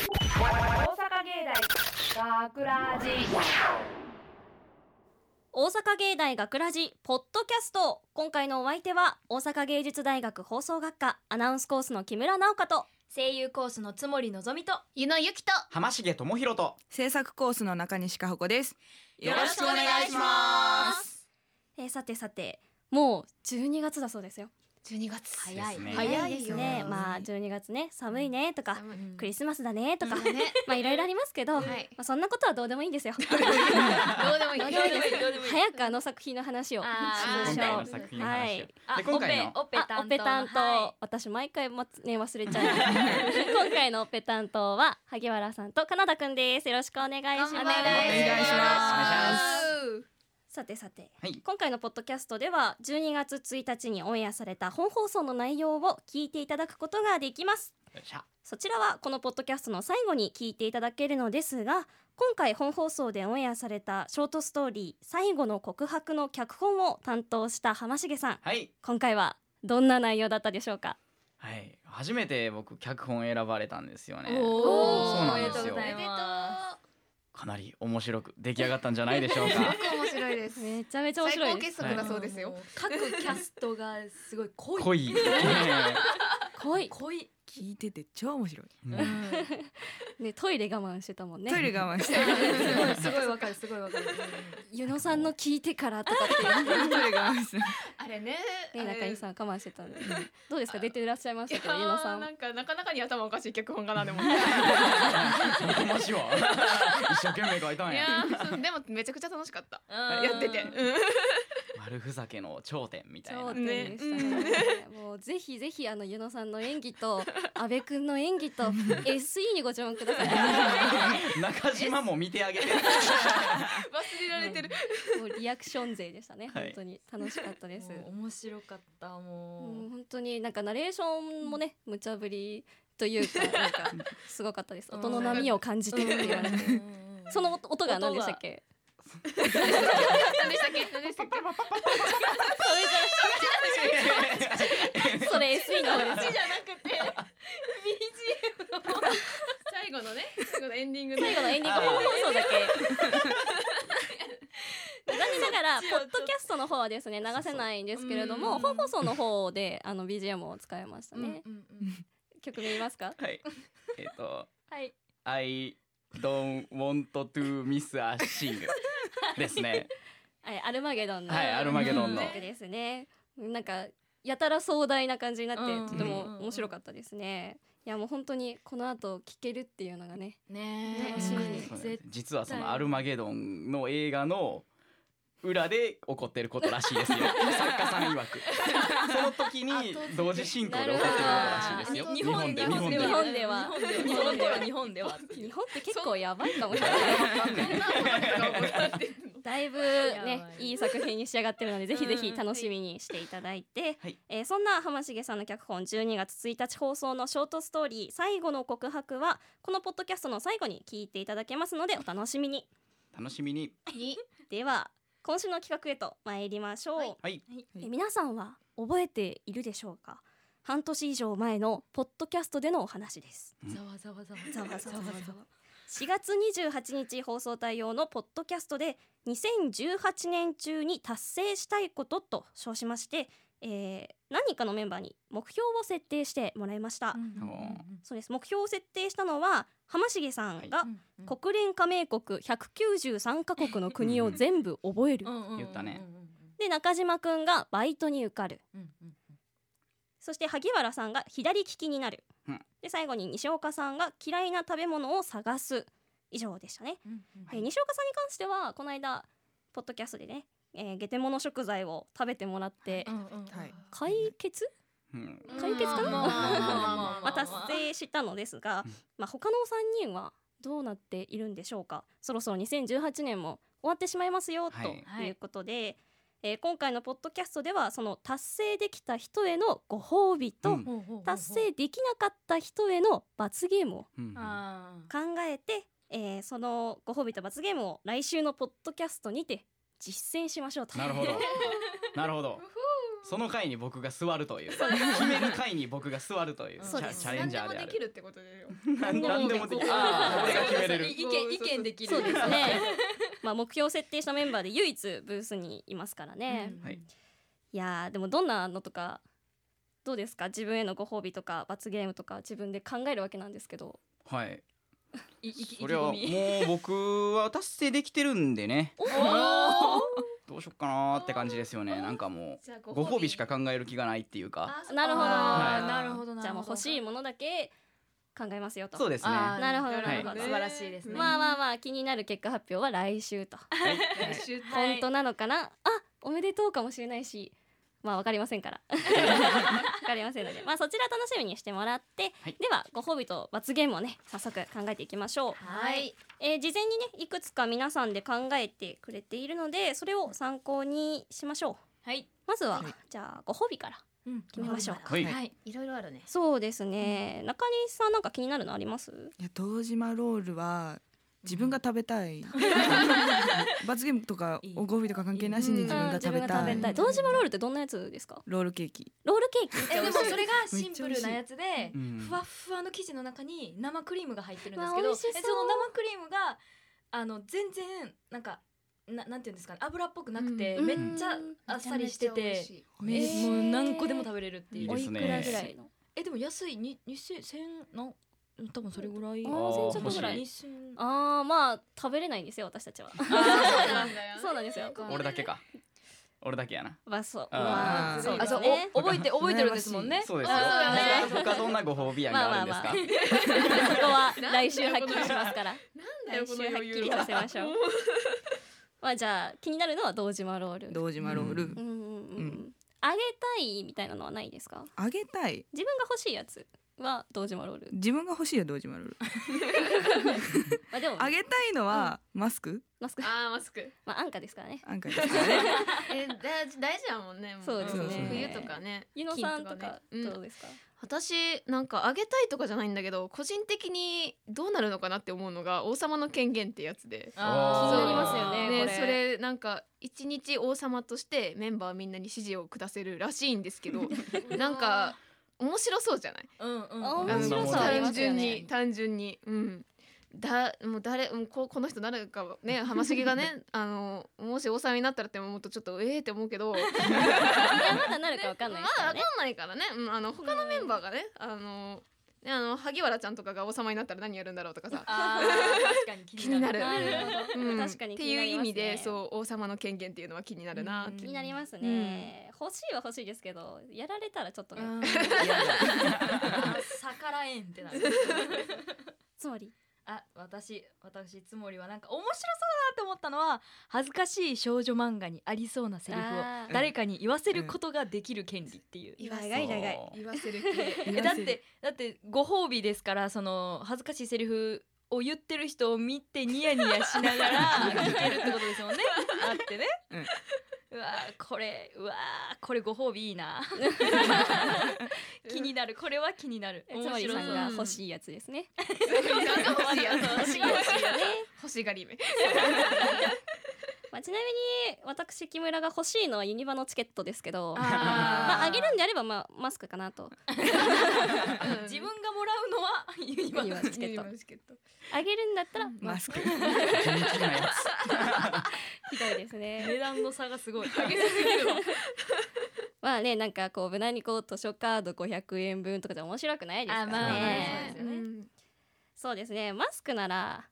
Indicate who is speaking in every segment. Speaker 1: 大阪芸大学ラジ
Speaker 2: 大阪芸大学ラジポッドキャスト今回のお相手は大阪芸術大学放送学科アナウンスコースの木村直香と、
Speaker 3: 声優コースのつもりのぞみと
Speaker 4: ゆのゆきと
Speaker 5: 浜重智博と
Speaker 6: 制作コースの中西加穂子です
Speaker 4: よろしくお願いします
Speaker 2: えーさてさてもう12月だそうですよ
Speaker 4: 12月
Speaker 3: 早い
Speaker 5: ですね
Speaker 4: 早い
Speaker 2: で
Speaker 4: です
Speaker 2: ね
Speaker 4: すね
Speaker 2: まあ12月ね寒いねとかクリ
Speaker 4: ス
Speaker 2: スマスだねとか、
Speaker 4: ね
Speaker 2: まあいろいろありますけど、
Speaker 4: はい
Speaker 2: ま あ、そんなことはどうでもいいんですよ
Speaker 4: どうでもいい
Speaker 2: どうでもいいです早くあの作品の話をし
Speaker 3: あー
Speaker 2: ま
Speaker 5: 今
Speaker 2: し
Speaker 5: 回
Speaker 2: ょう
Speaker 5: の作品の話を、
Speaker 2: はい
Speaker 5: で
Speaker 3: あ
Speaker 5: 今回の
Speaker 3: オペオペ担当
Speaker 2: あオペ担当、
Speaker 3: は
Speaker 2: 私毎回、ま、ね忘れちゃう今回のオペ担当は萩原さんとカナダくんですよろしくお願いします
Speaker 4: お願いします
Speaker 6: お
Speaker 5: い
Speaker 6: 願
Speaker 5: し
Speaker 2: さてさて
Speaker 5: はい
Speaker 2: 今回のポッドキャストでは12月1日にオンエアされた本放送の内容を聞いていただくことができます
Speaker 5: よっしゃ
Speaker 2: そちらはこのポッドキャストの最後に聞いていただけるのですが今回本放送でオンエアされたショートストーリー「最後の告白」の脚本を担当した浜重さん
Speaker 5: はい
Speaker 2: 今回はどんな内容だったでしょうか
Speaker 5: はい初めて僕脚本選ばれたんですよね
Speaker 3: お
Speaker 5: ーそうなんですよ
Speaker 3: おめでとうございま
Speaker 5: かなり面白く出来上がったんじゃないでしょう か
Speaker 4: ごく面白いです
Speaker 2: めちゃめちゃ面
Speaker 4: 最
Speaker 2: 白い
Speaker 4: 高
Speaker 2: です
Speaker 4: 傑作だそうですよ
Speaker 3: 各キャストがすごい濃い
Speaker 5: 濃 い
Speaker 2: 濃い、
Speaker 3: 濃い
Speaker 6: 聞いてて超面白い
Speaker 5: うん
Speaker 2: ね、トイレ我慢してたもんね
Speaker 6: トイレ我慢して
Speaker 3: すごいわかるすごいわかる
Speaker 2: 湯野さんの聞いてからとかっていう
Speaker 6: トイレ我慢して
Speaker 4: あれね
Speaker 2: ね、
Speaker 4: あれ
Speaker 2: 中井さん我慢してたんで、どうですか出ていらっしゃいま
Speaker 4: い
Speaker 2: し
Speaker 4: や
Speaker 2: たけど、ゆのさ
Speaker 4: ー
Speaker 2: ん
Speaker 4: な。んかなかなかに頭おかしい脚本家 なんでもい
Speaker 5: マジは一生懸命書いたんや
Speaker 4: や ーそうでもめちゃくちゃ楽しかった
Speaker 3: うん
Speaker 4: やってて
Speaker 5: 丸ふざけの頂点みたいな
Speaker 2: 頂点でしたね。もうぜひぜひあのゆのさんの演技と阿部くんの演技と SE にご注目ください。
Speaker 5: 中島も見 てあげて
Speaker 4: 忘れられてる
Speaker 2: もうリアクション勢でしたね。
Speaker 5: はい
Speaker 2: 本当に楽しかったです。
Speaker 3: もう面白かった
Speaker 2: う
Speaker 3: も
Speaker 2: ん
Speaker 3: う
Speaker 2: 本当になんかナレーションもね無茶ぶりというかなんかすごかったです。
Speaker 3: うん
Speaker 2: 音の波を感じてって言われて。その音音が何でしたっけ？
Speaker 4: 何でしたっけ何でしたっけ
Speaker 2: それ SE の方です
Speaker 4: じ。ゃなくて BGM の最後のね最後のエンディングの
Speaker 2: 最後のエンディング本放送だけ。残念ながらポッドキャストの方はですね流せないんですけれども
Speaker 4: そうそう
Speaker 2: 本放送の方であの BGM を使いました
Speaker 4: うんうん
Speaker 2: ね、曲見ますか
Speaker 5: はいえっと
Speaker 2: はい、
Speaker 5: I don't want to miss a sing ですね
Speaker 2: はい、アルマゲドンの
Speaker 5: はいアルマゲド
Speaker 3: ンの
Speaker 2: 曲ですねなんかやたら壮大な感じになって
Speaker 3: うん
Speaker 2: とても面白かったですねいやもう本当にこの後聴けるっていうのがね
Speaker 3: うんねえ
Speaker 2: 楽しみに
Speaker 5: そうなんです
Speaker 3: 絶
Speaker 5: 実はそのアルマゲドンの映画の裏で起こってることらしいです よ作家さん曰くその時に同時進行で起こってることらしいです
Speaker 4: なる
Speaker 5: よ
Speaker 4: ほど
Speaker 5: 日本で
Speaker 4: あ
Speaker 5: 日
Speaker 4: 日
Speaker 5: 本で
Speaker 2: 日本で
Speaker 3: は
Speaker 2: は
Speaker 3: 日本では日本では
Speaker 2: 日本って結構やばいかもしれない だいぶ
Speaker 3: や
Speaker 2: ね
Speaker 3: ばい
Speaker 2: いい作品に仕上がってるのでぜひぜ
Speaker 3: う
Speaker 2: ひ
Speaker 3: ん
Speaker 2: 楽しみにしていただいて、
Speaker 5: はい
Speaker 2: えーそんな浜重さんの脚本12月1日放送のショートストーリー「最後の告白は」このポッドキャストの最後に聞いていただけますのでお楽しみに
Speaker 5: 楽しみに
Speaker 2: では今週の企画へと参りましょう、
Speaker 5: はい
Speaker 2: え皆さんは覚えているでしょうか半年以上前のポッドキャストでのお話です
Speaker 3: ざわざわざわ
Speaker 2: ざわざわざわ4月28日放送対応のポッドキャストで2018年中に達成したいことと称しまして、えー何人かのメンバーに目標を設定してもらいました、そうです目標を設定したのは浜重さんが国連加盟国193カ国の国を全部覚える、
Speaker 5: 言ったね
Speaker 2: で中島くんがバイトに受かるそして萩原さんが左利きになる、
Speaker 5: うん
Speaker 2: で最後に西岡さんが嫌いな食べ物を探す以上でしたねえー西岡さんに関してはこの間ポッドキャストでね、えー、ゲテモノ食材を食べてもらって、
Speaker 6: はい
Speaker 2: 解決、
Speaker 5: うん
Speaker 2: 解決かな
Speaker 4: まあま あまあまあまあ
Speaker 2: まあ、達成したのですが、
Speaker 5: うん
Speaker 2: まあ、他の3人はどうなっているんでしょうかそろそろ2018年も終わってしまいますよ、
Speaker 5: はい
Speaker 2: ということで、えー今回のポッドキャストではその達成できた人へのご褒美と、
Speaker 5: うん
Speaker 2: 達成できなかった人への罰ゲームを
Speaker 5: うん
Speaker 3: あ
Speaker 2: 考えて、えーそのご褒美と罰ゲームを 来週のポッドキャストにて実践しましょうと
Speaker 5: なるほどなるほどその回に僕が座るという決める回に僕が座るというチ
Speaker 3: そうで
Speaker 5: ャ
Speaker 3: す
Speaker 5: チャレンジャーであ
Speaker 4: 何でもでき
Speaker 5: る
Speaker 4: るってことでよ。
Speaker 5: 何何でもできるああ俺が決めれる
Speaker 3: 意見意見できる。
Speaker 2: そうですね まあ目標を設定したメンバーで唯一ブースにいますからね、
Speaker 3: うん
Speaker 5: はい
Speaker 2: いやーでもどんなのとかどうですか自分へのご褒美とか罰ゲームとか自分で考えるわけなんですけど
Speaker 5: はい
Speaker 3: い意気意気
Speaker 5: それはも
Speaker 3: 込
Speaker 5: う
Speaker 3: み
Speaker 5: 僕は達成できてるんでね
Speaker 2: お
Speaker 5: どうしよっかなーって感じですよねなんかも
Speaker 4: じゃあ
Speaker 5: うご褒美しか考える気がないっていうか
Speaker 4: あそっか
Speaker 2: なるほど
Speaker 3: あ
Speaker 5: は
Speaker 3: ー
Speaker 5: い
Speaker 3: なるほどなるほど。
Speaker 2: じゃあもう欲しいものだけ考えますよと
Speaker 5: そうですね
Speaker 3: あ
Speaker 5: は
Speaker 3: ー
Speaker 2: なるほど
Speaker 5: なるほど
Speaker 3: 素晴らしいですね。
Speaker 2: まあまあまあ気になる結果発表は来週と、
Speaker 5: いはい
Speaker 4: 来週
Speaker 2: 本当なのかなあおめでとうかもしれないしまあわかりませんから わかりませんのでまあそちら楽しみにしてもらって、
Speaker 5: はい
Speaker 2: ではご褒美と罰ゲームをね早速考えていきましょう
Speaker 4: はい。
Speaker 2: えー事前にねいくつか皆さんで考えてくれているのでそれを参考にしましょう
Speaker 3: はい。
Speaker 2: まずは、
Speaker 6: はい
Speaker 2: じゃあご褒美から
Speaker 3: うん
Speaker 2: 決めましょう
Speaker 5: はい
Speaker 3: はい。
Speaker 4: いろいろあるね。
Speaker 2: そうですね、中西さんなんか気になるのあります
Speaker 6: いや堂島ロールは自分が食べたい罰ゲームとか
Speaker 3: いい
Speaker 6: おご褒美とか関係なしに自分が食べ
Speaker 2: うん自分
Speaker 6: た
Speaker 2: が
Speaker 6: い
Speaker 2: 食べたい堂島ロールってどんなやつですか
Speaker 6: ロールケーキ
Speaker 2: ロールケーキ
Speaker 3: えでもそれがシンプルなやつで
Speaker 5: う、ん
Speaker 3: ふわっふわの生地の中に生クリームが入ってるんですけ
Speaker 2: うわ
Speaker 3: ど、え
Speaker 2: 美味しそう
Speaker 3: その生クリームがあの全然なんかななんていうんですかね、油っぽくなくて、
Speaker 2: うん
Speaker 3: めっちゃあっさりしてて、め
Speaker 2: えー
Speaker 3: もう何個でも食べれるっていう。
Speaker 5: いい
Speaker 2: お
Speaker 5: で
Speaker 2: い
Speaker 5: す
Speaker 2: く
Speaker 5: ね
Speaker 2: らぐらいの
Speaker 3: えでも安いに二千千の多分それぐらい。
Speaker 2: あ
Speaker 5: ー
Speaker 2: ー
Speaker 5: 千ちょっとぐらい
Speaker 3: 二千
Speaker 2: あーまあ食べれないんですよ私たちは
Speaker 4: そうなんだよ。
Speaker 2: そうなんですよ
Speaker 5: 俺だけか俺だけやな
Speaker 2: まあそう
Speaker 5: あー
Speaker 2: まあそう
Speaker 3: あ
Speaker 2: で
Speaker 3: そ
Speaker 2: す
Speaker 3: う
Speaker 2: ね
Speaker 3: お覚えて覚えてるんですもんね。
Speaker 5: そうですよ
Speaker 4: あそうだよね
Speaker 5: 他どんなご褒美案があるんです
Speaker 2: まあ
Speaker 5: か
Speaker 2: まあそこは来週はっきりします から
Speaker 4: なんだよ
Speaker 2: 来
Speaker 4: こ
Speaker 2: 週は
Speaker 4: の
Speaker 2: っ
Speaker 4: 余
Speaker 2: き
Speaker 4: 裕
Speaker 2: りさせま しょうまあじゃあ気になるのは堂島ロール
Speaker 6: 堂島ロール、
Speaker 5: うん
Speaker 2: うんうんう
Speaker 6: うんん
Speaker 2: あげたいみたいなのはないですか
Speaker 6: あげたい
Speaker 2: 自分が欲しいやつは堂島ロ ール
Speaker 6: 自分が欲しいよ堂島ロール
Speaker 2: まあでも
Speaker 6: あげたいのは、マスク
Speaker 2: マスク
Speaker 4: あーマスク。
Speaker 2: まあ安価ですからね
Speaker 6: 安価ですからね
Speaker 4: えだ大事やもんね。も
Speaker 2: そうですね
Speaker 4: 冬とかね。
Speaker 2: ゆのさんと
Speaker 4: 金
Speaker 2: か
Speaker 4: ねうん
Speaker 2: どうですか、
Speaker 4: 私なんかあげたいとかじゃないんだけど個人的にどうなるのかなって思うのが王様の権限ってやつで
Speaker 5: あー気になります
Speaker 2: よねこれ
Speaker 4: それなんか一日王様としてメンバーみんなに指示を下せるらしいんですけ どなんか面白そうじゃない
Speaker 3: うんうん。
Speaker 5: ん
Speaker 2: 面白さはありま
Speaker 4: 単
Speaker 2: すよ
Speaker 4: 純
Speaker 2: ね
Speaker 4: に単純にうんだもう誰もうここの人誰かはね浜重が ねあのもし王様になったらってもっとちょっとええって思うけど
Speaker 2: いやまだなるかわかんないですからね
Speaker 4: まだわかんないからね、うん、あの他のメンバーがね、あのねあの萩原ちゃんとかが王様になったら何やるんだろうとかさ、
Speaker 3: あー確かに気
Speaker 4: 気になる。
Speaker 2: なるほど、
Speaker 4: うん、
Speaker 2: 確かに
Speaker 4: っ
Speaker 2: 気
Speaker 4: て
Speaker 2: に
Speaker 4: い
Speaker 2: な
Speaker 4: う
Speaker 2: り
Speaker 4: 意
Speaker 2: ますね
Speaker 4: 味でそう王様の権限っていうのは気になるなって
Speaker 2: 気になりますね、欲しいは欲しいですけどやられたらちょっとね、
Speaker 3: うん
Speaker 5: 嫌だ
Speaker 3: 逆らえんってなる。
Speaker 2: つまり
Speaker 3: あ私私つもりはなんか面白そうだなって思ったのは恥ずかしい少女漫画にありそうなセリフを
Speaker 2: あー
Speaker 3: 誰かに言わせることができる権利っていう。
Speaker 2: 長い長い
Speaker 4: 言わせる系
Speaker 3: えだってだってご褒美ですからその恥ずかしいセリフを言ってる人を見てニヤニヤしながら 聞けるってことですもんね。あってね。うわーこれうわーこれご褒美いい な気になるこれは気になる
Speaker 2: えつまり
Speaker 3: 面
Speaker 2: さ
Speaker 3: 白そ
Speaker 2: ん
Speaker 3: う
Speaker 2: が欲しいやつですね、
Speaker 4: 欲しいやつ欲しいやつ
Speaker 2: ね
Speaker 4: 欲しがりめ
Speaker 2: まあ、ちなみに私木村が欲しいのはユニバのチケットですけど
Speaker 3: ー
Speaker 2: まあ、あげるんであれば、まあ、マスクかなと
Speaker 3: 自分がもらうのはユニバ
Speaker 2: ユニバの
Speaker 3: のチ
Speaker 2: チ
Speaker 3: ケ
Speaker 2: ケ
Speaker 3: ッ
Speaker 2: ッ
Speaker 3: ト
Speaker 2: トあげるんだったら
Speaker 6: マスク
Speaker 5: 地道なや
Speaker 2: ひどいですね
Speaker 3: 値段の差がすごい
Speaker 2: まあねなんかこう無難にこう図書カード500円分とかじゃ面白くないですからね、
Speaker 3: あまあまあ
Speaker 4: ね
Speaker 3: そうですよね
Speaker 4: うん
Speaker 2: そうですねマスクなら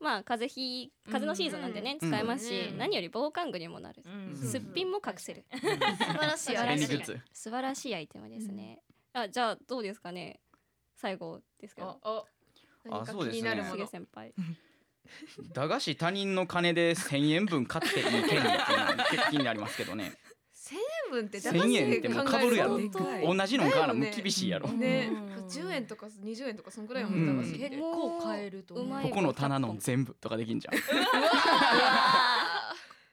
Speaker 2: まあ風邪ひ風邪のシーズンなんでね、
Speaker 5: うん
Speaker 2: 使えますし、
Speaker 4: うん
Speaker 2: 何より防寒具にもなる、
Speaker 3: うん
Speaker 5: うん
Speaker 2: すっぴんも隠せる
Speaker 4: 素晴らし
Speaker 2: 素
Speaker 4: い
Speaker 2: 晴らし
Speaker 5: つ便
Speaker 2: い
Speaker 5: 利グッズ
Speaker 2: 素晴らしいアイテムですね、あじゃあどうですかね最後ですけど
Speaker 4: お何か気になるも
Speaker 2: 杉
Speaker 4: の
Speaker 2: 江先輩
Speaker 5: 駄菓子他人の金で1000円分買っていい権利っていうのは結構気になりますけどね
Speaker 4: 千円分って
Speaker 5: 1000円ってもう被るやろ
Speaker 6: でかい
Speaker 5: 同じの買うのも
Speaker 4: だよね
Speaker 5: 厳しいやろ
Speaker 6: う
Speaker 4: ね
Speaker 3: うん、
Speaker 4: 十円とか二十円とかそんくらいは
Speaker 5: うん
Speaker 4: 難しいって。
Speaker 3: 結構買えると思う
Speaker 2: うまい
Speaker 5: ここの棚の全部とかできんじゃん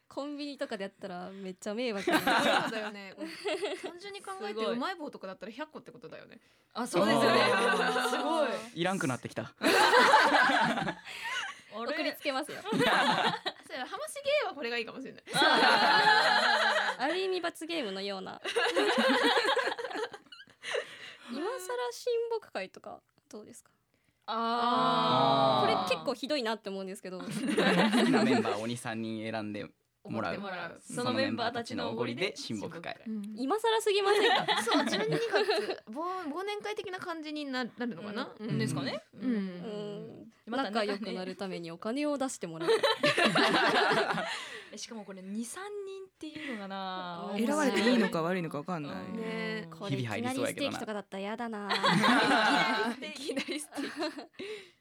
Speaker 2: コンビニとかでやったらめっちゃ迷惑になる
Speaker 4: そうだよね。単純に考え
Speaker 3: す
Speaker 4: て
Speaker 3: ごいう
Speaker 4: まい棒とかだったら百個ってことだよね。
Speaker 3: あそうですよね
Speaker 5: あ
Speaker 3: すごい
Speaker 5: いらんくなってきた
Speaker 3: あ
Speaker 2: 送りつけますよ
Speaker 4: そうや浜重はこれがいいかもしれない
Speaker 2: ある意味罰ゲームのような今更親睦会とかどうですかこ
Speaker 5: あ
Speaker 2: れ
Speaker 5: ー
Speaker 2: 結構ひどいなって思うんですけど
Speaker 5: 好きなメンバーを23人選んでもらう
Speaker 4: 思ってもらう
Speaker 3: そのメンバーたちのおごりで
Speaker 5: 親睦会
Speaker 4: うん
Speaker 2: 今更すぎませんか
Speaker 4: そう12月忘忘年会的な感じにななるのかな、うん
Speaker 3: ですかね
Speaker 4: う
Speaker 2: うんん
Speaker 3: また
Speaker 2: 仲良く なるためにお金を出してもらう
Speaker 3: しかもこれ23人っていうのがな
Speaker 6: 選ばれていいのか悪いのかわかんない。
Speaker 3: うん
Speaker 4: ね
Speaker 2: これい
Speaker 5: 日
Speaker 2: き
Speaker 5: 々入
Speaker 2: な
Speaker 5: り
Speaker 2: り
Speaker 5: そうや
Speaker 2: ス
Speaker 5: け
Speaker 2: テ
Speaker 5: ど
Speaker 2: ーキ
Speaker 5: な
Speaker 2: とかだったらやだな
Speaker 4: いきなりステー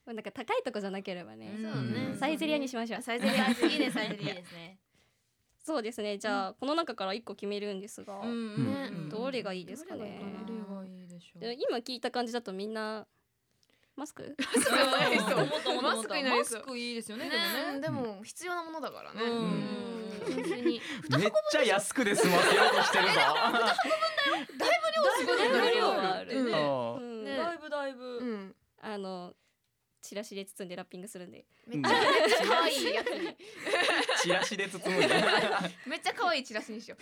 Speaker 4: キ
Speaker 2: なんか高いとこじゃなければね
Speaker 4: そうね
Speaker 2: サイゼリアにしましょう
Speaker 4: サイゼリアいいねサイゼリア
Speaker 3: ですね
Speaker 2: そうですねじゃあこの中から一個決めるんですが
Speaker 4: ん
Speaker 2: どれがいいですか
Speaker 4: どれ
Speaker 2: ね
Speaker 4: がいいかな
Speaker 3: がいい でしょ
Speaker 2: で今聞いた感じだとみんなマスク
Speaker 3: う
Speaker 4: そう
Speaker 3: もっともっともっと
Speaker 4: マスクになりそう
Speaker 3: マスクいいですよね
Speaker 4: ね
Speaker 3: でもね
Speaker 4: でも必要なものだからね、
Speaker 3: うん
Speaker 2: うん
Speaker 4: 純粋に
Speaker 5: めっちゃ安くで済ませようとしてるぞ
Speaker 2: 分量はある
Speaker 4: うん
Speaker 5: あ
Speaker 2: う
Speaker 5: ー
Speaker 2: ん
Speaker 4: ね
Speaker 3: だいぶだいうぶ
Speaker 4: ん
Speaker 2: あのチラシで包んでラッピングするんで
Speaker 4: めっちゃめっちゃ可愛いやつに
Speaker 5: チラシで包むんだ
Speaker 4: めっちゃ可愛いチラシにしよ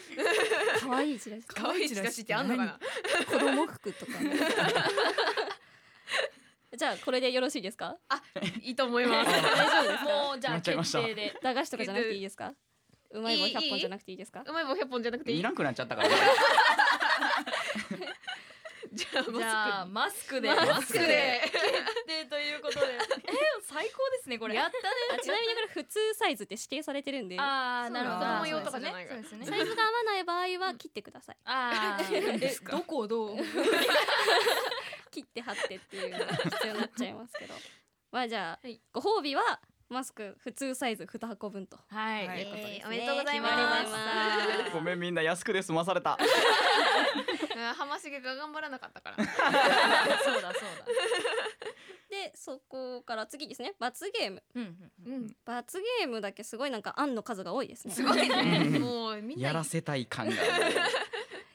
Speaker 4: う
Speaker 2: 可愛いチラシ
Speaker 4: 可愛いチラシってあんのかな
Speaker 2: 子供服とか じゃあこれでよろしいですか
Speaker 4: いいと思います
Speaker 2: 大丈夫です
Speaker 3: もうじゃ
Speaker 5: な
Speaker 3: あ
Speaker 5: っちゃいま
Speaker 3: 決
Speaker 5: した
Speaker 3: 定で
Speaker 2: 駄菓子とかじゃなくていいですかうまい棒
Speaker 4: いい
Speaker 2: 100本じゃなくていいですか
Speaker 4: うまい棒100本じゃなくてい
Speaker 5: い
Speaker 4: い
Speaker 5: らんくなっちゃったから
Speaker 4: じゃあ
Speaker 3: じゃあマスクで
Speaker 4: マ
Speaker 3: マ
Speaker 4: ス
Speaker 3: ス
Speaker 4: ク
Speaker 3: ク
Speaker 4: で
Speaker 3: で決定ということでえ最高ですねこれ
Speaker 4: や
Speaker 3: ったね
Speaker 2: あちなみにこれ普通サイズって指定されてるんで
Speaker 4: そ
Speaker 3: ああ
Speaker 4: う
Speaker 3: なるほど
Speaker 4: 子供用とかじゃないか
Speaker 3: そ
Speaker 4: ら
Speaker 3: うですね
Speaker 2: サイズが合わない場合は切ってください
Speaker 3: ああ えどこをどう
Speaker 2: 切って貼ってっていうのが 必要になっちゃいますけどまあじゃあ、
Speaker 4: はい
Speaker 2: ご褒美はマスク普通サイズ2箱分と
Speaker 3: は
Speaker 6: は
Speaker 2: い
Speaker 6: いい
Speaker 2: うことですね、
Speaker 4: おめでとうございます
Speaker 2: 決まりました
Speaker 5: ごめんみんな安くで済まされた
Speaker 4: あ浜重が頑張らなかったから
Speaker 3: そうだそうだ
Speaker 2: でそこから次ですね罰ゲーム
Speaker 3: うんうん
Speaker 4: うん
Speaker 2: 罰ゲームだけすごいなんか案の数が多いですね
Speaker 4: すごいねもうみんな
Speaker 5: やらせたい感が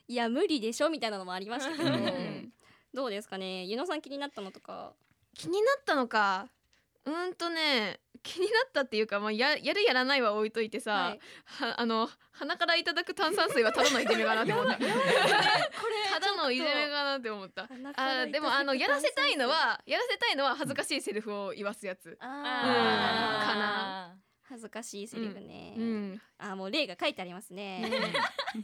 Speaker 2: いや無理でしょみたいなのもありましたけど、
Speaker 4: うん
Speaker 2: どうですかねゆのさん気になったのとか
Speaker 4: 気になったのかうーんとね気になったっていうか、まあ、ややるやらないは置いといてさ、
Speaker 2: はい
Speaker 4: は あの鼻からいただく炭酸水はただのいじめかなって思ったた だのいじめかなって思った
Speaker 2: 鼻から
Speaker 4: あ
Speaker 2: いただく
Speaker 4: でもあのやらせたいのはやらせたいのは恥ずかしいセリフを言わすやつ、
Speaker 2: あー
Speaker 4: うんか
Speaker 3: な
Speaker 2: 恥ずかしいセリフね、
Speaker 4: うん、
Speaker 2: あーもう例が書いてありますね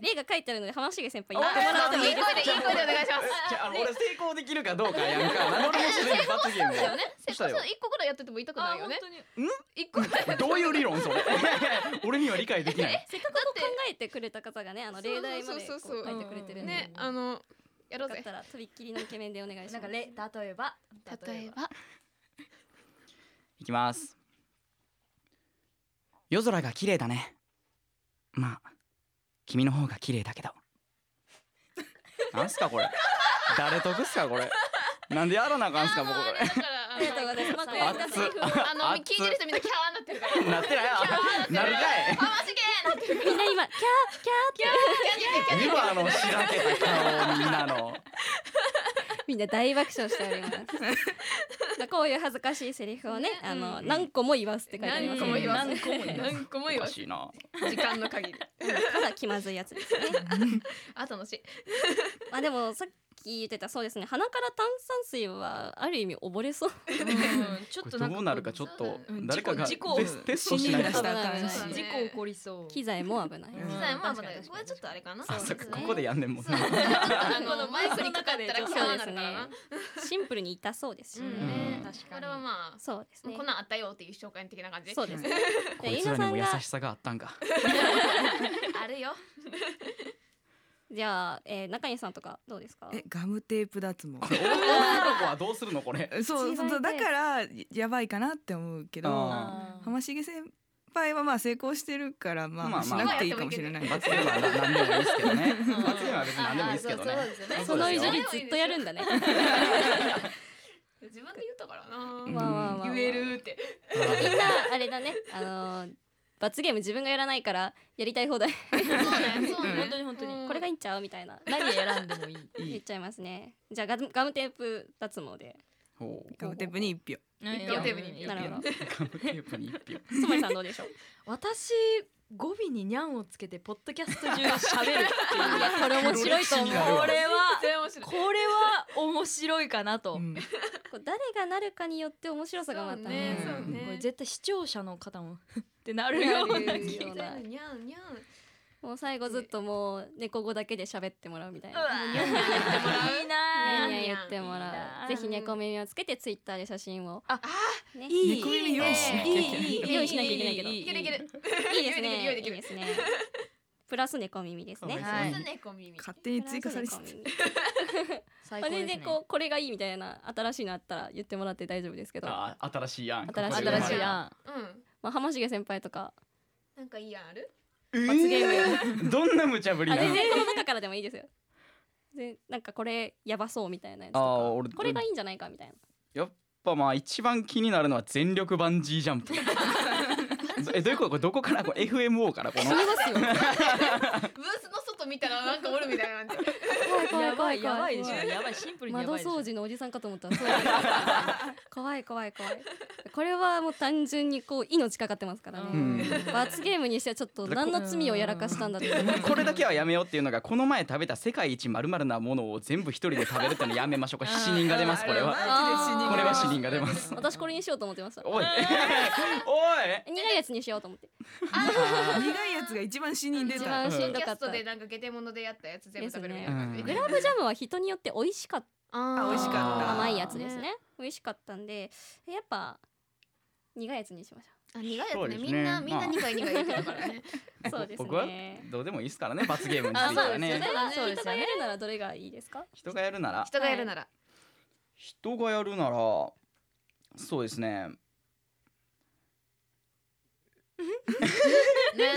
Speaker 2: 例が書いてあるので浜重先輩
Speaker 4: あ
Speaker 2: 言ってもらってもいい
Speaker 4: いい
Speaker 2: ですか
Speaker 4: 声でいい声でお願いし ます
Speaker 5: じゃああの俺成功できるかどうかやんか何俺もすでに罰ゲーム
Speaker 4: だよ
Speaker 5: だ
Speaker 4: ねせっ
Speaker 5: した
Speaker 4: かく
Speaker 5: よ
Speaker 4: 一個ぐらいやってても痛く
Speaker 3: あ
Speaker 4: ない
Speaker 3: ー
Speaker 4: よ
Speaker 3: 本
Speaker 4: ね
Speaker 3: 当に
Speaker 4: 一個ぐらいやってて
Speaker 5: ど
Speaker 4: も
Speaker 5: ういう理論それ 俺には理解できない
Speaker 2: せっかくこう考えてくれた方がねあの例題までこ
Speaker 4: そう
Speaker 2: う
Speaker 4: そうそうそう
Speaker 2: 書いてくれてるんで、
Speaker 4: ねあのや
Speaker 2: よ
Speaker 4: ろう
Speaker 2: かっ
Speaker 4: ぜ
Speaker 2: たらとびっきりのイケメンでお願いします
Speaker 3: なんか例例えば
Speaker 4: 例えば
Speaker 5: いきます夜空が綺麗だねまあ君の方が綺麗だけ どなんすかこれ誰得っすかこれなんでやらなあかんすか僕こ
Speaker 4: あーあれだから
Speaker 2: あ りがとうございますまあこうやったセリフを
Speaker 4: あの
Speaker 5: 熱っ
Speaker 4: 聞いてる人みんなキャーなってる から。
Speaker 5: れな ってないやな
Speaker 4: あ
Speaker 5: る
Speaker 4: マジゲーなってる。
Speaker 2: みんな今キャーキャーって
Speaker 5: かい見ろあのしらけた顔みんなの
Speaker 2: みんな大爆笑しておりますま あこういう恥ずかしいセリフをねあの何個も言わすって書いてありま
Speaker 4: 何
Speaker 2: す
Speaker 4: 個も言わす。
Speaker 3: 何個も言わす
Speaker 4: 何個も
Speaker 5: お
Speaker 4: 言わ
Speaker 5: か
Speaker 4: す。
Speaker 5: しいな
Speaker 4: 時間の限り。
Speaker 2: ただ気まずいやつですね
Speaker 4: あ楽しい。
Speaker 2: まあでもさっき言ってたそうですね鼻から炭酸水はある意味溺れそう
Speaker 3: うんちょ
Speaker 5: これ
Speaker 3: っとなんか
Speaker 5: どうなるかちょっと
Speaker 3: うん
Speaker 5: 誰かが
Speaker 3: 事故
Speaker 5: テステストしないと
Speaker 6: 死人がしたらあかんし
Speaker 2: そうだ
Speaker 3: 事故起こりそう
Speaker 2: 機材も危ない、
Speaker 6: うん
Speaker 4: さあまあま
Speaker 3: 確
Speaker 4: だ
Speaker 3: かに確かに
Speaker 4: これちょっとあれかな。
Speaker 5: あそっかここでやんねんもん
Speaker 4: そう
Speaker 5: な
Speaker 4: ちょっと あのマイクにかかったらキャ
Speaker 2: そう
Speaker 4: ー
Speaker 2: で
Speaker 4: な
Speaker 2: す
Speaker 4: る
Speaker 2: ね
Speaker 4: からな。
Speaker 2: シンプルに痛そうですし、
Speaker 4: うん
Speaker 5: ね
Speaker 3: 確か
Speaker 4: こ
Speaker 3: に
Speaker 4: れはまあ
Speaker 2: そうですね
Speaker 4: こんなんあったよっていう紹介的な感じ。
Speaker 2: そうですね
Speaker 5: こいつらにも優しさがあったんか
Speaker 4: あるよ。
Speaker 2: じゃあ、えー、中西さんとかどうですか
Speaker 6: えガムテープ脱毛
Speaker 5: こ。れ男の子はどうするのこれ
Speaker 6: そう
Speaker 2: 一番
Speaker 6: そ
Speaker 2: 痛
Speaker 6: うだ
Speaker 2: い
Speaker 6: からややばいかなって思うけど
Speaker 5: あ
Speaker 3: あー
Speaker 6: 浜重先輩はまあ成功してるからまあ、
Speaker 5: まあ
Speaker 6: し
Speaker 5: まあ
Speaker 6: なくていいかもしれない。
Speaker 5: 罰ゲームはな何でもいいですけどね
Speaker 3: うん
Speaker 5: 罰ゲームは別に何でもいいですけどね
Speaker 4: あーそうそうですよね
Speaker 2: そのい
Speaker 5: 以上
Speaker 2: じ
Speaker 5: に
Speaker 2: りずっとやるんだね
Speaker 4: 自分で言ったから
Speaker 6: うん
Speaker 4: な。
Speaker 2: わあわあわあ
Speaker 4: 言えるって。
Speaker 2: みんな あれだねあのー罰ゲーム自分がやらないからやりたい放題
Speaker 4: そうねそう
Speaker 3: 本当
Speaker 4: ね。
Speaker 3: に本当に
Speaker 2: これがいいんちゃうみたいな
Speaker 3: 何選んでもいい
Speaker 5: い
Speaker 2: 言っ
Speaker 5: い
Speaker 2: ちゃいますねじゃあガムガムテープ脱毛で
Speaker 5: ほう
Speaker 6: ガムテープに一票
Speaker 3: うん
Speaker 4: ガムテープに
Speaker 2: なるほど
Speaker 5: ガムテープに一票
Speaker 2: つまりさんどうでしょう
Speaker 3: 私語尾ににゃんをつけてポッドキャスト中喋るっていう
Speaker 2: いやこれ面白いと思う
Speaker 5: 黒歴史になるわ
Speaker 3: これは
Speaker 4: それ面白い
Speaker 3: これは面白いかなと、
Speaker 6: うん
Speaker 2: こう誰がなるかによって面白さがまたね
Speaker 4: そうねそうね
Speaker 3: これ絶対視聴者の方も ってなるような
Speaker 2: なる
Speaker 3: 気
Speaker 2: よ
Speaker 3: が
Speaker 2: うな
Speaker 4: にゃんにゃん
Speaker 2: もう最後ずっともう猫語だけで喋ってもらうみたいな
Speaker 3: にゃんにゃん言ってもらういい
Speaker 2: ニ
Speaker 3: な
Speaker 2: ャン
Speaker 4: に
Speaker 2: ニャン言
Speaker 4: ゃんにゃん
Speaker 2: っても
Speaker 3: いい
Speaker 2: ら
Speaker 3: な
Speaker 2: うぜひ猫耳をつけてツイッターで写真を
Speaker 3: あ
Speaker 2: ね
Speaker 6: いい猫耳用意し
Speaker 2: い
Speaker 6: なきゃ
Speaker 2: い
Speaker 6: い
Speaker 2: い
Speaker 6: けない
Speaker 2: いいい用意しなきゃいけないけど
Speaker 3: い
Speaker 4: いけるいけ
Speaker 2: い
Speaker 4: る
Speaker 2: いですね
Speaker 4: 用意
Speaker 2: い
Speaker 4: で
Speaker 2: い
Speaker 4: きる
Speaker 2: ですねプラス猫耳ですね
Speaker 5: か
Speaker 3: は
Speaker 5: わ
Speaker 3: い
Speaker 5: いそう
Speaker 4: 猫耳
Speaker 6: 勝手に追加されて
Speaker 2: プ
Speaker 6: た
Speaker 2: ラス猫耳
Speaker 3: 最
Speaker 2: ま
Speaker 3: 高
Speaker 2: あ、
Speaker 3: です
Speaker 2: 全
Speaker 3: ね
Speaker 2: 然こうこれがいいみたいな新しいのあったら言ってもらって大丈夫ですけど
Speaker 5: あー新しい案
Speaker 2: 新しい案
Speaker 3: 新しい
Speaker 5: 案
Speaker 3: 案
Speaker 4: うん
Speaker 2: まあ、浜重先輩とか
Speaker 4: なんかいいやんある
Speaker 2: 罰ゲーム、
Speaker 5: どんな無茶ぶり
Speaker 2: あ
Speaker 5: な
Speaker 2: 全
Speaker 5: の
Speaker 2: 然この中からでもいいですよでなんかこれやばそうみたいなやつと
Speaker 5: あ
Speaker 2: か
Speaker 5: ー俺
Speaker 2: これがいいんじゃないかみたいな
Speaker 5: やっぱまあ一番気になるのは全力バンジージャ ンプえどういうことこれどこからこれ FMO からこの
Speaker 4: ブースの外見たらなんかおるみたいな感じ
Speaker 2: 怖い怖
Speaker 3: や
Speaker 2: い
Speaker 3: ば
Speaker 2: 怖
Speaker 3: い
Speaker 2: い
Speaker 3: やば
Speaker 2: 怖
Speaker 3: い
Speaker 2: い
Speaker 3: でしょ やばいシンプルにや
Speaker 2: 窓
Speaker 3: ばいでしょ
Speaker 2: 掃除のおじさんかと思ったらそういうの怖い怖い怖いこれはもう単純にこう命かかってますから
Speaker 3: う
Speaker 2: ね
Speaker 3: ん
Speaker 2: 罰ゲームにしてはちょっと何の罪をやらかしたんだっていう
Speaker 5: これだけはやめようっていうのがこの前食べた世界一まるまるなものを全部一人で食べるっていうのやめましょうか死人が出ますこれは
Speaker 2: あー
Speaker 5: これは死人が出ます
Speaker 2: 私これにしようと思ってました
Speaker 5: おい
Speaker 2: 苦いやつにしようと思って
Speaker 6: 苦いやつが一番死人出
Speaker 2: 一
Speaker 6: た
Speaker 2: 番しんど
Speaker 4: キ
Speaker 2: か
Speaker 4: ャ
Speaker 2: っ
Speaker 4: スト
Speaker 2: た
Speaker 4: でなんかゲテモノでやったやつ全部食べるみたいな感じ
Speaker 5: です
Speaker 2: グ
Speaker 5: ね
Speaker 2: ラブジャムは人によって美味しかっ
Speaker 4: あ
Speaker 6: あ
Speaker 4: ー
Speaker 6: 美味しかった
Speaker 2: 甘いやつですね美味しかったんでやっぱ苦いやつにしまし
Speaker 4: あ苦いやつ
Speaker 5: そう
Speaker 4: ね
Speaker 5: ですね
Speaker 4: みん
Speaker 5: まあ
Speaker 4: なみんな苦い苦い言ってるからね
Speaker 2: ょうそうです
Speaker 5: 僕は
Speaker 2: ね
Speaker 5: おいどうでもいいですからね罰ゲームについては
Speaker 2: 人
Speaker 5: ね
Speaker 2: が
Speaker 3: そうです
Speaker 2: 人
Speaker 3: よね
Speaker 2: がやるならどれがいいですか
Speaker 5: 人がやるなら
Speaker 4: 人がやるなら
Speaker 5: 人がやるならそうですね
Speaker 4: ね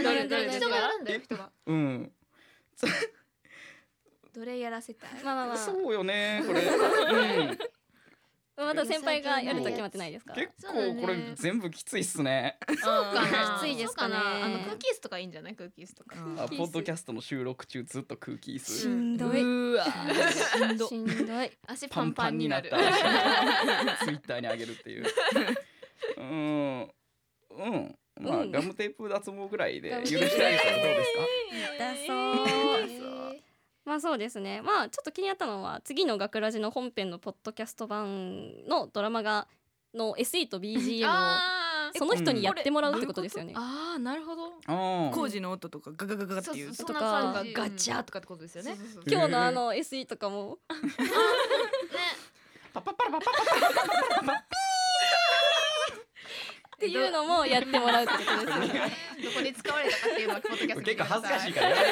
Speaker 2: どれどれどれ
Speaker 4: 人がやるんだよ人が
Speaker 5: うん
Speaker 4: どれやらせたい
Speaker 2: まあまあまあ
Speaker 5: そうよねこれ、うん、
Speaker 2: まだ先輩がやると決まってないですか
Speaker 5: 結
Speaker 4: そうだ
Speaker 5: 構
Speaker 4: ね
Speaker 5: これ全部きついっすね
Speaker 3: そう
Speaker 4: かな
Speaker 2: きついですかね
Speaker 4: そうなあのクーキースとかいいんじゃないクーキースとか
Speaker 5: あ
Speaker 2: キース
Speaker 5: ポッドキャストの収録中ずっと空気椅
Speaker 6: し
Speaker 5: 子
Speaker 6: ん
Speaker 3: う
Speaker 6: どい
Speaker 3: ーわしん ど
Speaker 2: しんどい
Speaker 4: 足
Speaker 5: パ
Speaker 4: パ
Speaker 5: ン
Speaker 4: ン
Speaker 5: パ
Speaker 4: パ
Speaker 5: ン
Speaker 4: ン
Speaker 5: に
Speaker 4: にな
Speaker 5: なっ
Speaker 4: る
Speaker 5: たツイッターにあげるっていううーんうんまあ、
Speaker 2: うん
Speaker 5: ガムテープ脱毛ぐらいで
Speaker 2: ガム
Speaker 5: 許
Speaker 2: テ
Speaker 5: し
Speaker 2: ー
Speaker 5: て
Speaker 2: プ
Speaker 5: あげたらどうですか
Speaker 2: だそう
Speaker 4: え
Speaker 2: まあそうですねまあちょっと気になったのは次の「学ラジ」の本編のポッドキャスト版のドラマがの SE と
Speaker 4: ー
Speaker 2: BGM を
Speaker 4: あー
Speaker 2: その人にやってもらうってことですよね
Speaker 3: ああなるほど
Speaker 5: あ
Speaker 6: 工事の音とかガガガガガっていう
Speaker 4: そ
Speaker 2: と
Speaker 4: そん
Speaker 2: か
Speaker 4: な感じ
Speaker 3: ガチャとかってことですよね
Speaker 4: そうそうそう
Speaker 2: 今日のあの SE とかも
Speaker 5: パパパラパパパ
Speaker 2: っていうのもやってもらうって ことですよね
Speaker 4: ねどこで使われたかっていうのはポッドキャスト
Speaker 5: パ
Speaker 4: に
Speaker 5: 結構恥ずかしい
Speaker 4: く
Speaker 5: からやめよ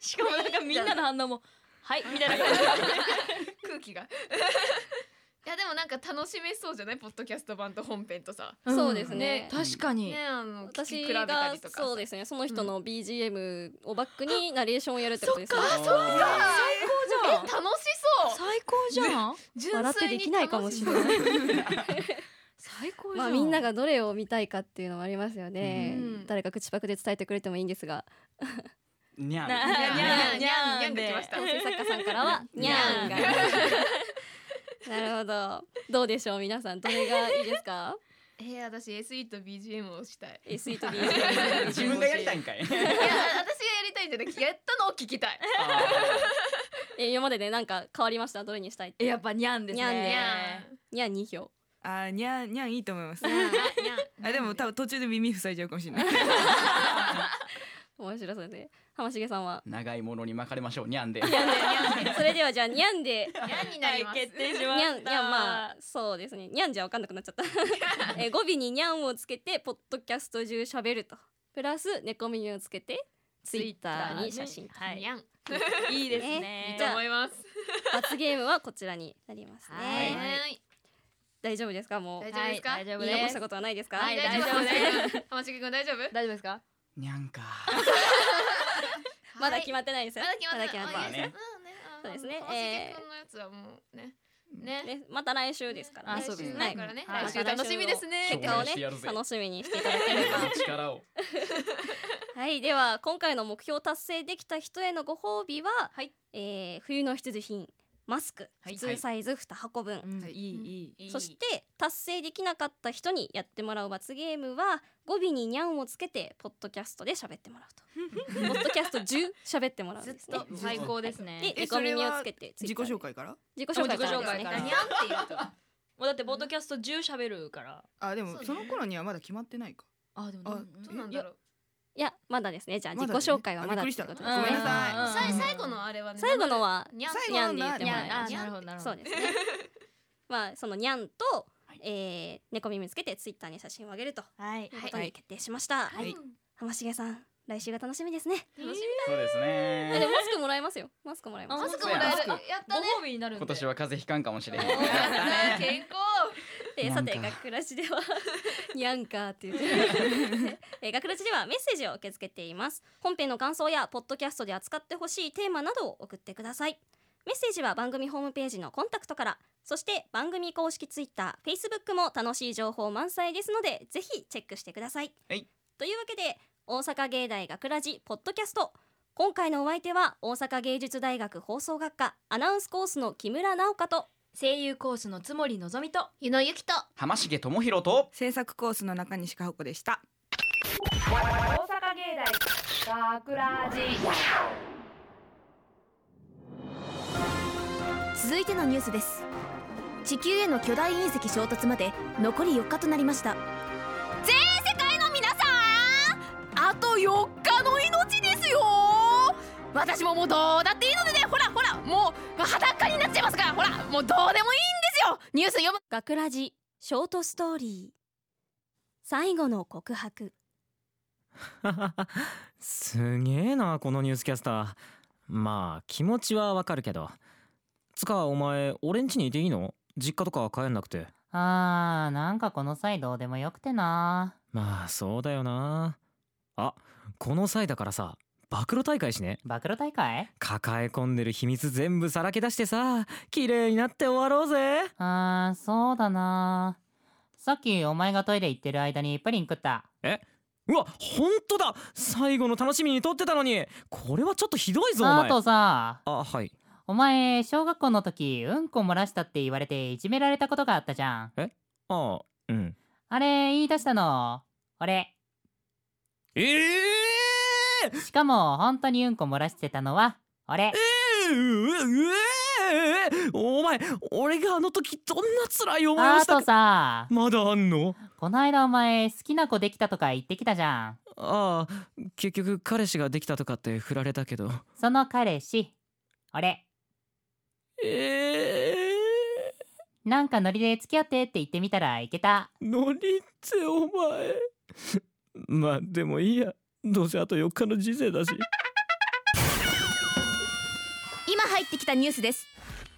Speaker 3: しかもなんかみんなの反応もはいみたいな感じ
Speaker 4: ださい空気がいやでもなんか楽しめそうじゃないポッドキャスト版と本編とさ
Speaker 2: うんそうですね
Speaker 3: 確かに、
Speaker 4: ねあの
Speaker 2: 私
Speaker 4: 聞き比べた
Speaker 2: が
Speaker 4: りとか
Speaker 2: そうですすねその人の BGM をバックにナレーションをやるってことですよね
Speaker 5: う
Speaker 4: え楽しそう
Speaker 3: 最高じゃん最高じゃん
Speaker 2: 笑ってできないかもしれない
Speaker 4: い
Speaker 3: 最高じゃ
Speaker 2: ま
Speaker 3: ん、
Speaker 2: あみんながどれを見たいかっていうのもありますよね、
Speaker 4: うん
Speaker 2: 誰か口パクで伝えてくれてもいいんですが
Speaker 5: にゃん
Speaker 3: なにゃんにゃんにゃん
Speaker 4: で
Speaker 3: で
Speaker 4: きました
Speaker 2: 音声作家さんからは「 にゃん」がなるほどどうでしょう皆さんどれがいいです か
Speaker 4: えー、私 SE と BGM をしたい
Speaker 2: SE と BGM
Speaker 5: 自分がやりたいんか
Speaker 4: い
Speaker 5: い
Speaker 4: や私がやりたいんじゃなくてやったのを聞きたい
Speaker 2: え今まででなんか変わりましたどれにしたいって
Speaker 3: えやっぱにゃんですね
Speaker 2: にゃん
Speaker 4: に
Speaker 2: ね
Speaker 4: ゃ
Speaker 2: に ゃん2票
Speaker 6: あにゃんにゃんいいと思います
Speaker 4: んにゃん
Speaker 6: あでも多分途中で耳塞いじゃうかもしれない
Speaker 2: 面白そうですね浜重さんは
Speaker 5: 長いものに巻かれましょうにゃんで
Speaker 2: にゃんで それではじゃあにゃんで
Speaker 4: にゃんになります
Speaker 3: 決定しま
Speaker 2: に
Speaker 3: し
Speaker 2: ゃ
Speaker 3: た
Speaker 2: んいやまあそうですねにゃんじゃ分かんなくなっちゃったえ語尾ににゃんをつけてポッドキャスト中しゃべるとプラス猫耳をつけてツイッターに写真と
Speaker 3: はい
Speaker 4: にゃん
Speaker 3: いいですね
Speaker 2: ね
Speaker 4: と思います
Speaker 2: 罰ゲームはこちらになります
Speaker 3: は
Speaker 2: ね
Speaker 3: い
Speaker 4: はい
Speaker 2: 大丈夫ですかもう
Speaker 4: 大丈夫ですか
Speaker 3: はい大丈夫
Speaker 2: 言い
Speaker 3: で
Speaker 2: 残
Speaker 3: す
Speaker 2: したことはないですか、
Speaker 3: はい
Speaker 4: 大丈夫
Speaker 3: 大丈
Speaker 4: です浜重くん大丈夫
Speaker 3: 大丈夫ですか
Speaker 5: にゃんか
Speaker 2: まだ
Speaker 4: はい
Speaker 2: 決まってないです
Speaker 4: ま
Speaker 2: よ
Speaker 4: だ決まってない
Speaker 5: まだ決まってない
Speaker 4: あいいです
Speaker 2: そうですね
Speaker 4: うんね
Speaker 2: えー
Speaker 4: あの浜重くんのやつはもうねね
Speaker 2: ねまた来週ですからね
Speaker 3: あそうです
Speaker 2: は
Speaker 3: ね
Speaker 4: 来週
Speaker 2: い
Speaker 4: だからね
Speaker 3: はい
Speaker 4: 来週楽しみですね
Speaker 5: はい
Speaker 2: 結果を
Speaker 5: 証明して
Speaker 2: ね
Speaker 5: やるぜ
Speaker 2: 楽しみにしていただければ
Speaker 5: 力を
Speaker 2: はい、では今回の目標を達成できた人へのご褒美は、
Speaker 3: はい
Speaker 2: えー冬の必需品マスク
Speaker 3: はい
Speaker 2: 普通サイズ2箱分、
Speaker 3: うん
Speaker 6: はい
Speaker 3: いいいい
Speaker 2: そして達成できなかった人にやってもらう罰ゲームは語尾に「にゃん」をつけてポッドキャストで喋ってもらうとポッドキャスト10喋ってもらうんですね
Speaker 3: ずっと最高ですね
Speaker 2: で
Speaker 6: え
Speaker 2: ニコミニを
Speaker 6: それは
Speaker 2: つけてツイ
Speaker 6: 自
Speaker 2: ッ
Speaker 6: 己
Speaker 2: ターで
Speaker 6: 紹介から
Speaker 2: 自己紹介から
Speaker 3: 自己紹介
Speaker 2: ですね
Speaker 3: から
Speaker 4: にゃんって言うと
Speaker 3: もうだってボードキャスト10喋るから
Speaker 6: あでも
Speaker 4: そうね
Speaker 6: その頃にはまだ決まってないか
Speaker 3: あでも
Speaker 6: あ
Speaker 4: どうなん
Speaker 3: い
Speaker 4: だ
Speaker 3: や
Speaker 4: ろう
Speaker 2: いやまだですねじゃあ
Speaker 6: ま
Speaker 2: 自
Speaker 6: だ
Speaker 2: 己
Speaker 6: ね
Speaker 2: 紹介はまだ
Speaker 6: あ
Speaker 2: っ
Speaker 6: び
Speaker 2: て
Speaker 6: っくりした
Speaker 2: ことで
Speaker 3: う
Speaker 2: す
Speaker 6: ごめ
Speaker 2: ね
Speaker 6: んなさい
Speaker 3: うん
Speaker 4: さい最後のあれはね
Speaker 2: 最後のは
Speaker 4: にゃん
Speaker 6: 最
Speaker 2: にゃんで言っ
Speaker 6: 後
Speaker 2: て
Speaker 6: の
Speaker 2: も
Speaker 3: に
Speaker 2: らえま
Speaker 3: ゃんあ
Speaker 2: す
Speaker 3: なるほどなるほ
Speaker 2: そ
Speaker 3: ど
Speaker 2: うですねまあそのにゃんと、えー、猫耳つけてツイッターに写真をあげると
Speaker 3: はい
Speaker 2: いうことに決定しました、
Speaker 6: はい
Speaker 2: 浜重さん来週が楽しみですね
Speaker 3: 楽し
Speaker 5: そうです
Speaker 2: あで
Speaker 5: ね
Speaker 2: もマスクもらえますよマスクもらえます
Speaker 3: あ
Speaker 4: マスクもらえるやったね
Speaker 3: ご褒美になるんで
Speaker 5: 今年は風邪ひかんかもしれ へん
Speaker 4: やった健康
Speaker 2: え
Speaker 5: に
Speaker 2: ー、
Speaker 5: ゃ
Speaker 2: さ
Speaker 5: んか
Speaker 2: て「がくらし」で は「にゃんか」っていう、えー、がくらし」ではメッセージを受け付けています本編の感想やポッドキャストで扱ってほしいテーマなどを送ってくださいメッセージは番組ホームページのコンタクトからそして番組公式ツイッター、フェイスブックも楽しい情報満載ですのでぜひチェックしてください、
Speaker 5: はい
Speaker 2: というわけで大阪芸大がくらじポッドキャスト今回のお相手は大阪芸術大学放送学科アナウンスコースの木村直香と
Speaker 3: 声優コースのつもりのぞみと
Speaker 4: ゆのゆきと
Speaker 5: 浜重智博と
Speaker 6: 制作コースの中西加穂子でした
Speaker 1: 大阪芸大がくらじ
Speaker 7: 続いてのニュースです地球への巨大隕石衝突まで残り4日となりました全世界の皆さんあと4日の命ですよ
Speaker 4: 私ももうどうだっていいのでねほらほらもう裸になっちゃいますからほらもうどうでもいいんですよニュース読む
Speaker 2: 学ラジショートストーリー最後の告白
Speaker 8: すげえなこのニュースキャスターまあ気持ちはわかるけどつかお前俺ん家にいていいの実家とか帰んなくて
Speaker 9: あーなんかこの際どうでもよくてな
Speaker 8: まあそうだよなあこの際だからさ暴露大会しね
Speaker 9: 暴露大会
Speaker 8: 抱え込んでる秘密全部さらけ出してさ綺麗になって終わろうぜ
Speaker 9: あーそうだなさっきお前がトイレ行ってる間にプリン食った
Speaker 8: うわほんとだ最後の楽しみに撮ってたのにこれはちょっとひどいぞお
Speaker 9: あ
Speaker 8: 前
Speaker 9: とさ
Speaker 8: あはい
Speaker 9: お前小学校の時うんこ漏らしたって言われていじめられたことがあったじゃん
Speaker 8: ああうん
Speaker 9: あれ言い出したの俺
Speaker 8: ええ
Speaker 9: しかも本当にうんこ漏らしてたのは俺
Speaker 8: うえうえお前俺があの時どんな辛い思いを
Speaker 9: あ
Speaker 8: した
Speaker 9: と
Speaker 8: か
Speaker 9: さ
Speaker 8: まだあんの
Speaker 9: こないだお前好きな子できたとか言ってきたじゃん
Speaker 8: ああ結局彼氏ができたとかって振られたけど
Speaker 9: その彼氏俺
Speaker 8: ええ
Speaker 9: なんかノリで付き合ってって言ってみたらいけた。
Speaker 8: ノリってお前まあでもいいやどうせあと4日の人生だし
Speaker 7: 今入ってきたニュースです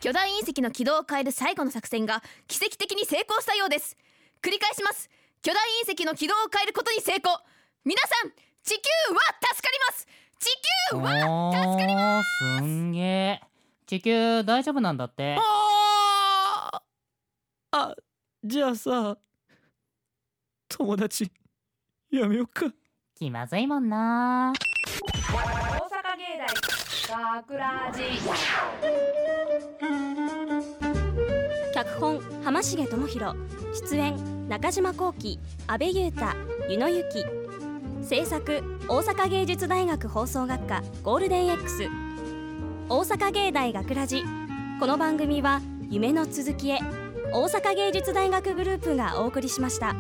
Speaker 7: 巨大隕石の軌道を変える最後の作戦が奇跡的に成功したようです繰り返します巨大隕石の軌道を変えることに成功皆さん地球は助かります地球
Speaker 9: お
Speaker 7: は
Speaker 9: ー、すんげえ。地球大丈夫なんだって。
Speaker 8: ああじゃあさ友達やめよっか
Speaker 9: 気まずいもんな。
Speaker 1: 大阪芸大がくらじ
Speaker 2: 脚本浜重智博出演中島幸喜阿部裕太湯野由紀制作大阪芸術大学放送学科ゴールデン X 大阪芸大学ラジこの番組は夢の続きへ大阪芸術大学グループがお送りしました。